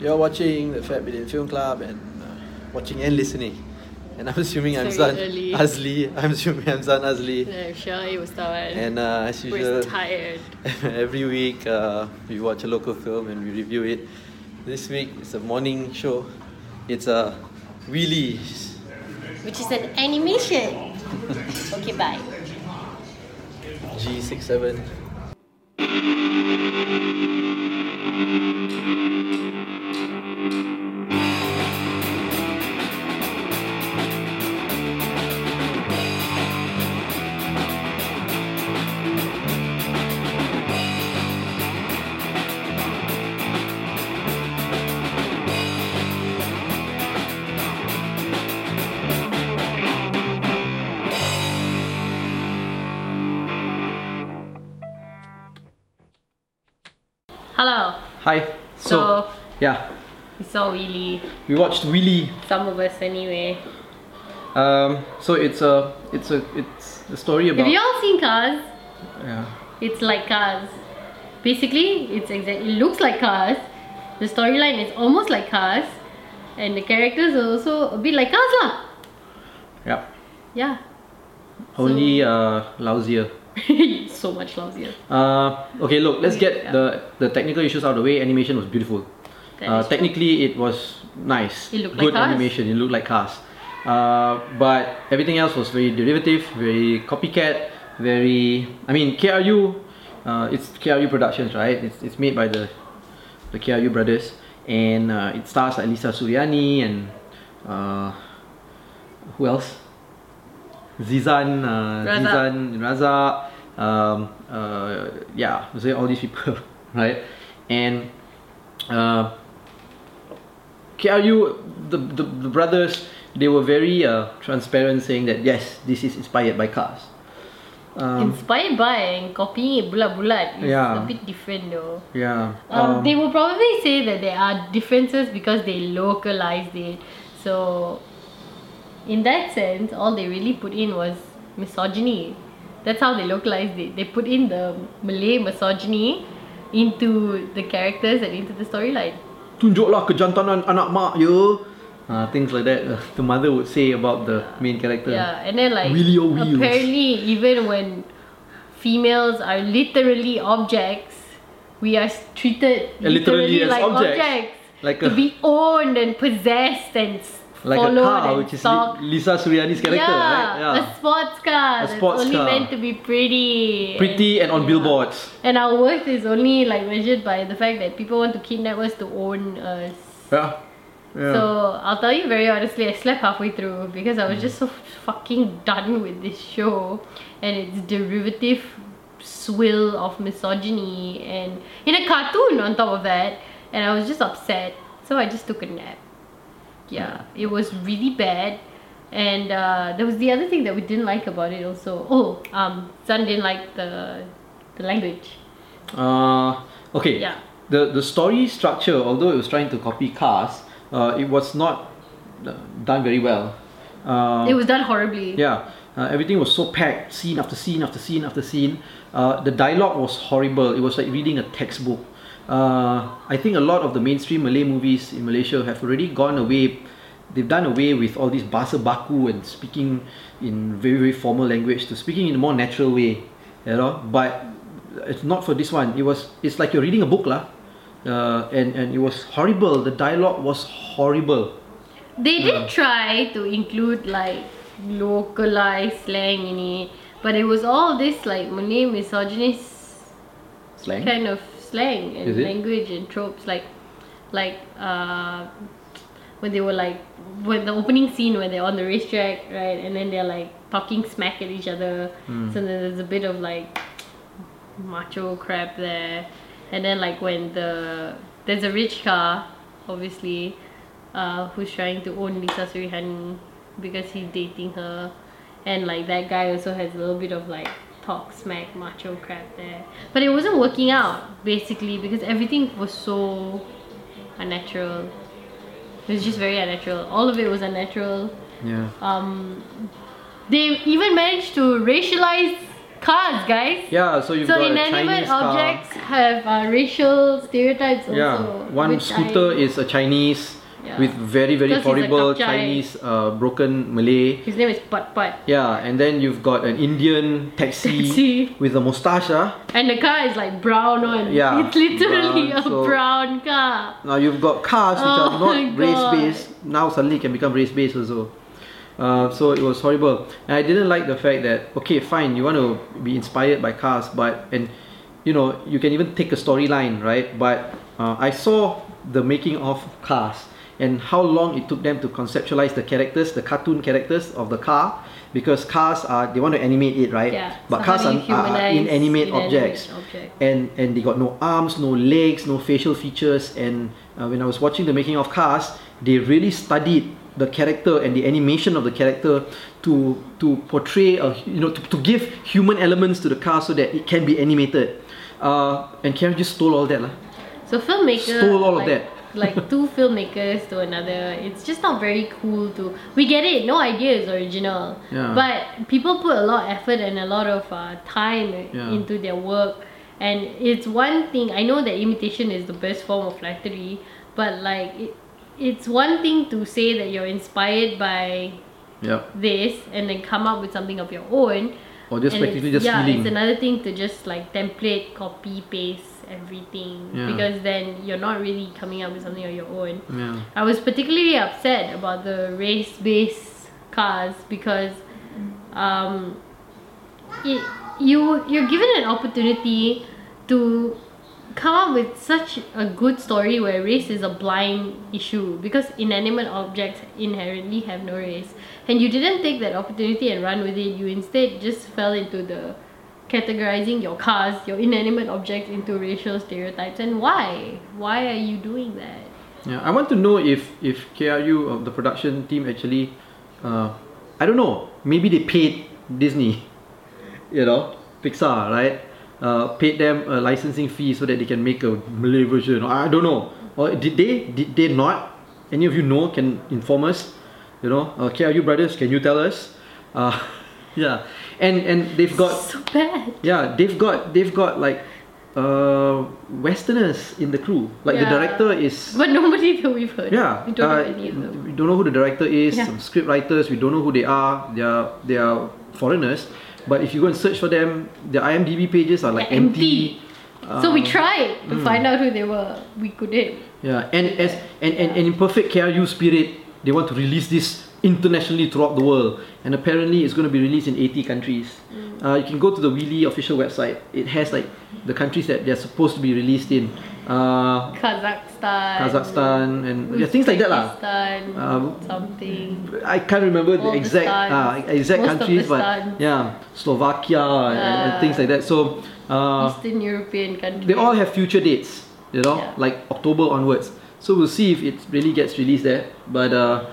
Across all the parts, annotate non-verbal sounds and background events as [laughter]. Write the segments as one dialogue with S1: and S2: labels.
S1: You're watching the Fat Billion Film Club and uh, watching and listening. And I'm assuming I'm
S2: Sorry,
S1: Zan
S2: early.
S1: Azli. I'm assuming I'm Zan Azli.
S2: Eh, Syahir Ustawan.
S1: And uh, as
S2: We're
S1: usual,
S2: tired.
S1: [laughs] every week uh, we watch a local film and we review it. This week it's a morning show. It's a Wheelie.
S3: which is an animation. okay, bye.
S1: G67.
S2: Hello.
S1: Hi.
S2: So,
S1: yeah,
S2: we saw Willy.
S1: we watched Wheelie.
S2: Some of us anyway.
S1: Um, so it's a it's a it's a story about
S2: Have you all seen Cars?
S1: yeah.
S2: It's like Cars. Basically, it's exact. It looks like Cars. The storyline is almost like Cars, and the characters are also a bit like Cars lah.
S1: Yeah.
S2: Yeah. [laughs]
S1: Only uh, lousier.
S2: so much lousier.
S1: Uh, okay, look, let's get
S2: Yeah.
S1: the the technical issues out of the way. Animation was beautiful.
S2: That
S1: Uh,
S2: is true.
S1: technically, it was nice.
S2: It looked like
S1: Good
S2: cars.
S1: animation. It looked like cars. Uh, but everything else was very derivative, very copycat, very. I mean, KRU. Uh, it's KRU Productions, right? It's, it's made by the the KRU brothers, and uh, it stars like Lisa Suryani and uh, who else? Zizan, uh,
S2: Razak.
S1: Zizan, Raza, um, uh, yeah, so all these people, [laughs] right? And uh, KRU, the, the, the brothers, they were very uh, transparent, saying that yes, this is inspired by cars. Um,
S2: Inspired by and copying it bulat-bulat is
S1: Yeah.
S2: a bit different though.
S1: yeah.
S2: Um,
S1: um,
S2: they will probably say that there are differences because they localized it. So, in that sense, all they really put in was misogyny. That's how they localized it. They put in the Malay misogyny into the characters and into the storyline.
S1: tunjuklah kejantanan anak mak ya. Uh, things like that uh, the mother would say about the main character.
S2: Yeah, and then like
S1: Wheelie or wheels.
S2: apparently even when females are literally objects, we are treated
S1: Yeah, literally
S2: literally,
S1: as
S2: like
S1: objects.
S2: objects,
S1: Like
S2: to
S1: a-
S2: be owned and possessed and s-
S1: Like a
S2: followed
S1: car,
S2: and
S1: which is
S2: stalked.
S1: Li- Lisa Suryani's character,
S2: yeah,
S1: right?
S2: a sports car. that's
S1: sports
S2: only
S1: car.
S2: meant to be pretty.
S1: Pretty and on billboards.
S2: And our worth is only like measured by the fact that people want to kidnap us to own us.
S1: Yeah. yeah.
S2: So I'll tell you very honestly, I slept halfway through because I was just so fucking done with this show and its derivative swill of misogyny and in a cartoon on top of that, and I was just upset. So I just took a nap. Yeah, it was really bad. And uh, there was the other thing that we didn't like about it also. Oh, um, Sun didn't like the the language.
S1: Uh, okay.
S2: Yeah.
S1: The the story structure, although it was trying to copy Cars, uh, it was not uh, done very well. Um,
S2: It was done horribly.
S1: yeah. Uh, everything was so packed, scene after scene after scene after scene. Uh, the dialogue was horrible. It was like reading a textbook. Uh, I think a lot of the mainstream Malay movies in Malaysia have already gone away. They've done away with all these bahasa baku and speaking in very very formal language to speaking in a more natural way, you know. But it's not for this one. It was it's like you're reading a book lah, uh, and and it was horrible. The dialogue was horrible.
S2: They did try to include like localized slang in it, but it was all this like Malay misogynist
S1: Slang.
S2: kind of slang and
S1: Is it?
S2: language and tropes, like like uh, when they were like when the opening scene when they're on the racetrack, right, and then they're like talking smack at each other.
S1: Hmm.
S2: So then there's a bit of like macho crap there. And then like when the there's a rich car, obviously, uh, who's trying to own Lisa Surihani because he's dating her. And like that guy also has a little bit of like talk smack macho crap there. But it wasn't working out basically because everything was so unnatural. It was just very unnatural. All of it was unnatural
S1: Yeah.
S2: um, they even managed to racialize cars, guys.
S1: Yeah, so you've
S2: so
S1: got a
S2: inanimate
S1: Chinese car.
S2: objects have uh, racial stereotypes also.
S1: yeah, one
S2: which
S1: scooter
S2: I-
S1: is a Chinese
S2: Yeah.
S1: with very very
S2: Because he's a
S1: horrible
S2: kapchai.
S1: Chinese uh, broken Malay.
S2: His name is Pat Pat.
S1: Yeah, and then you've got an Indian taxi,
S2: Taxi.
S1: with a mustache. ah.
S2: And the car is like brown one.
S1: Yeah,
S2: [laughs] It's literally
S1: brown,
S2: a
S1: so-
S2: brown car.
S1: Now you've got cars which
S2: Oh
S1: are
S2: my
S1: not
S2: God.
S1: race based. Now suddenly it can become race based also. Uh, so it was horrible, and I didn't like the fact that okay, fine, you want to be inspired by cars, but and you know you can even take a storyline, right? But uh, I saw the making of cars and how long it took them to conceptualize the characters, the cartoon characters of the car, because cars are they want to animate it, right?
S2: Yeah.
S1: But
S2: so how
S1: cars
S2: do
S1: are,
S2: you
S1: are- are
S2: humanize
S1: inanimate objects
S2: object?
S1: and and they got no arms, no legs, no facial features. And uh, when I was watching the making of Cars, they really studied the character and the animation of the character to to portray a you know to, to give human elements to the car so that it can be animated. Uh, and Karen just stole all that lah.
S2: So filmmaker
S1: Stole all of that.
S2: like, like
S1: [laughs]
S2: two filmmakers to another, it's just not very cool to. We get it. No idea is original.
S1: Yeah.
S2: But people put a lot of effort and a lot of uh, time
S1: Yeah.
S2: into their work, and it's one thing. I know that imitation is the best form of flattery, but like it, it's one thing to say that you're inspired by
S1: Yeah.
S2: this and then come up with something of your own.
S1: Or just
S2: And it's-
S1: practically just
S2: yeah,
S1: feeling.
S2: it's another thing to just like template, copy, paste everything
S1: Yeah.
S2: because then you're not really coming up with something of your own.
S1: yeah.
S2: I was particularly upset about the race-based cars because um, it, you you're given an opportunity to come up with such a good story where race is a blind issue because inanimate objects inherently have no race and you didn't take that opportunity and run with it you instead just fell into the categorizing your cars your inanimate objects into racial stereotypes and why why are you doing that
S1: Yeah, I want to know if if KRU of uh, the production team actually, uh, I don't know. Maybe they paid Disney, [laughs] you know, Pixar, right? Uh, paid them a licensing fee so that they can make a Malay version. I don't know. Or did they? Did they not? Any of you know? Can inform us. You know, uh, KRU brothers, can you tell us? Uh, [laughs] yeah, and and they've got
S2: so bad
S1: yeah, they've got they've got like uh Westerners in the crew. Like the
S2: Yeah.
S1: director is
S2: but nobody that we've heard
S1: yeah.
S2: we don't
S1: uh,
S2: know any of them
S1: We don't know who the director is.
S2: Yeah.
S1: Some script writers. We don't know who they are. They are they are foreigners. But if you go and search for them, their IMDb pages are like
S2: They're
S1: empty.
S2: empty. so
S1: um,
S2: we tried to
S1: hmm.
S2: find out who they were we couldn't
S1: Yeah, and as and, and, and in perfect KRU spirit, they want to release this internationally throughout the world. And apparently, it's going to be released in 80 countries.
S2: Mm.
S1: Uh, you can go to the Wheelie official website. It has like the countries that they're supposed to be released in. Uh,
S2: Kazakhstan,
S1: Kazakhstan and yeah, things like that lah.
S2: Uzbekistan,
S1: Um,
S2: something.
S1: I can't remember the
S2: All the
S1: exact uh,
S2: stars.
S1: exact
S2: Most of the
S1: countries, but
S2: stars.
S1: yeah, Slovakia and, and
S2: Yeah.
S1: things like that. So uh,
S2: Eastern European countries.
S1: they all have future dates, you know,
S2: Yeah.
S1: like October onwards. So we'll see if it really gets released there. But uh,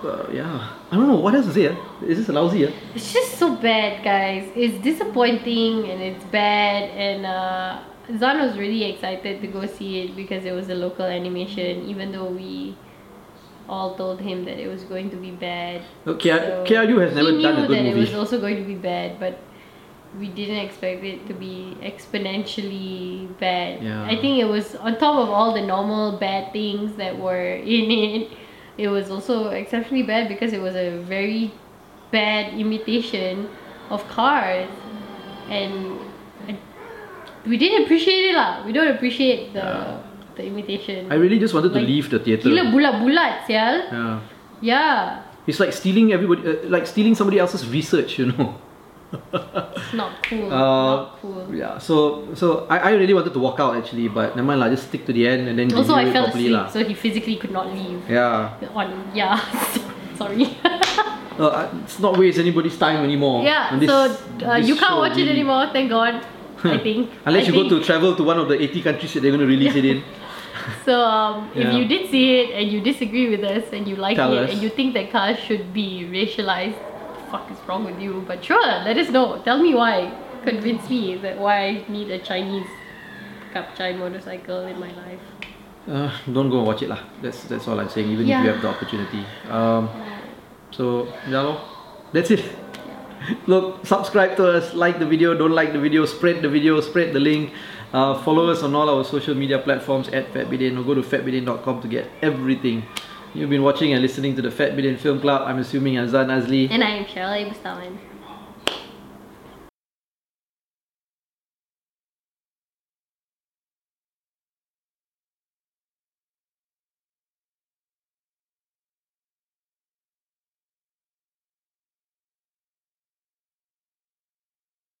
S1: uh, yeah, I don't know what else is here. Is this a lousy? eh? Yeah?
S2: It's just so bad, guys. It's disappointing and it's bad. And uh, Zan was really excited to go see it because it was a local animation, even though we all told him that it was going to be bad.
S1: Okay,
S2: So
S1: KRU has never
S2: he knew
S1: done a good
S2: that it was
S1: movie.
S2: also going to be bad, but we didn't expect it to be exponentially bad.
S1: Yeah.
S2: I think it was on top of all the normal bad things that were [laughs] in it. It was also exceptionally bad because it was a very bad imitation of cars, and I, we didn't appreciate it lah. We don't appreciate the the imitation.
S1: I really just wanted to
S2: Like,
S1: leave the
S2: Gila
S1: theater.
S2: bulat-bulat, sial.
S1: Yeah,
S2: Yeah,
S1: it's like stealing everybody, uh, like stealing somebody else's research, you know.
S2: it's not cool.
S1: Uh,
S2: not cool.
S1: Yeah, so so I, I really wanted to walk out actually, but never mind lah, just stick to the end and then review
S2: Also, I
S1: it
S2: fell
S1: properly
S2: asleep,
S1: lah.
S2: so he physically could not leave.
S1: Yeah,
S2: On yeah, [laughs] sorry.
S1: uh, I- it's not waste anybody's time anymore.
S2: yeah,
S1: on this-
S2: so uh,
S1: this
S2: you can't
S1: show,
S2: watch it
S1: really.
S2: anymore. Thank God.
S1: [laughs]
S2: I think.
S1: Unless
S2: I
S1: you
S2: think.
S1: go to travel to one of the 80 countries that they're going to release it in.
S2: So um,
S1: Yeah.
S2: if you did see it and you disagree with us and you like
S1: Tell
S2: it
S1: us.
S2: and you think that cars should be racialized, fuck is wrong with you? But sure, let us know. Tell me why. Convince me that why I need a Chinese capchai motorcycle in my life.
S1: Uh, don't go and watch it lah. That's that's all I'm saying. Even if you
S2: Yeah.
S1: have the opportunity. Um, so yeah, lor. that's it. [laughs] Look, subscribe to us, like the video, don't like the video, spread the video, spread the link. Uh, follow us on all our social media platforms at FatBidin or go to fatbidin.com to get everything. You've been watching and listening to the Fat Bidin Film Club. I'm assuming I'm Zan Azli.
S2: And I am Cheryl Bustaman.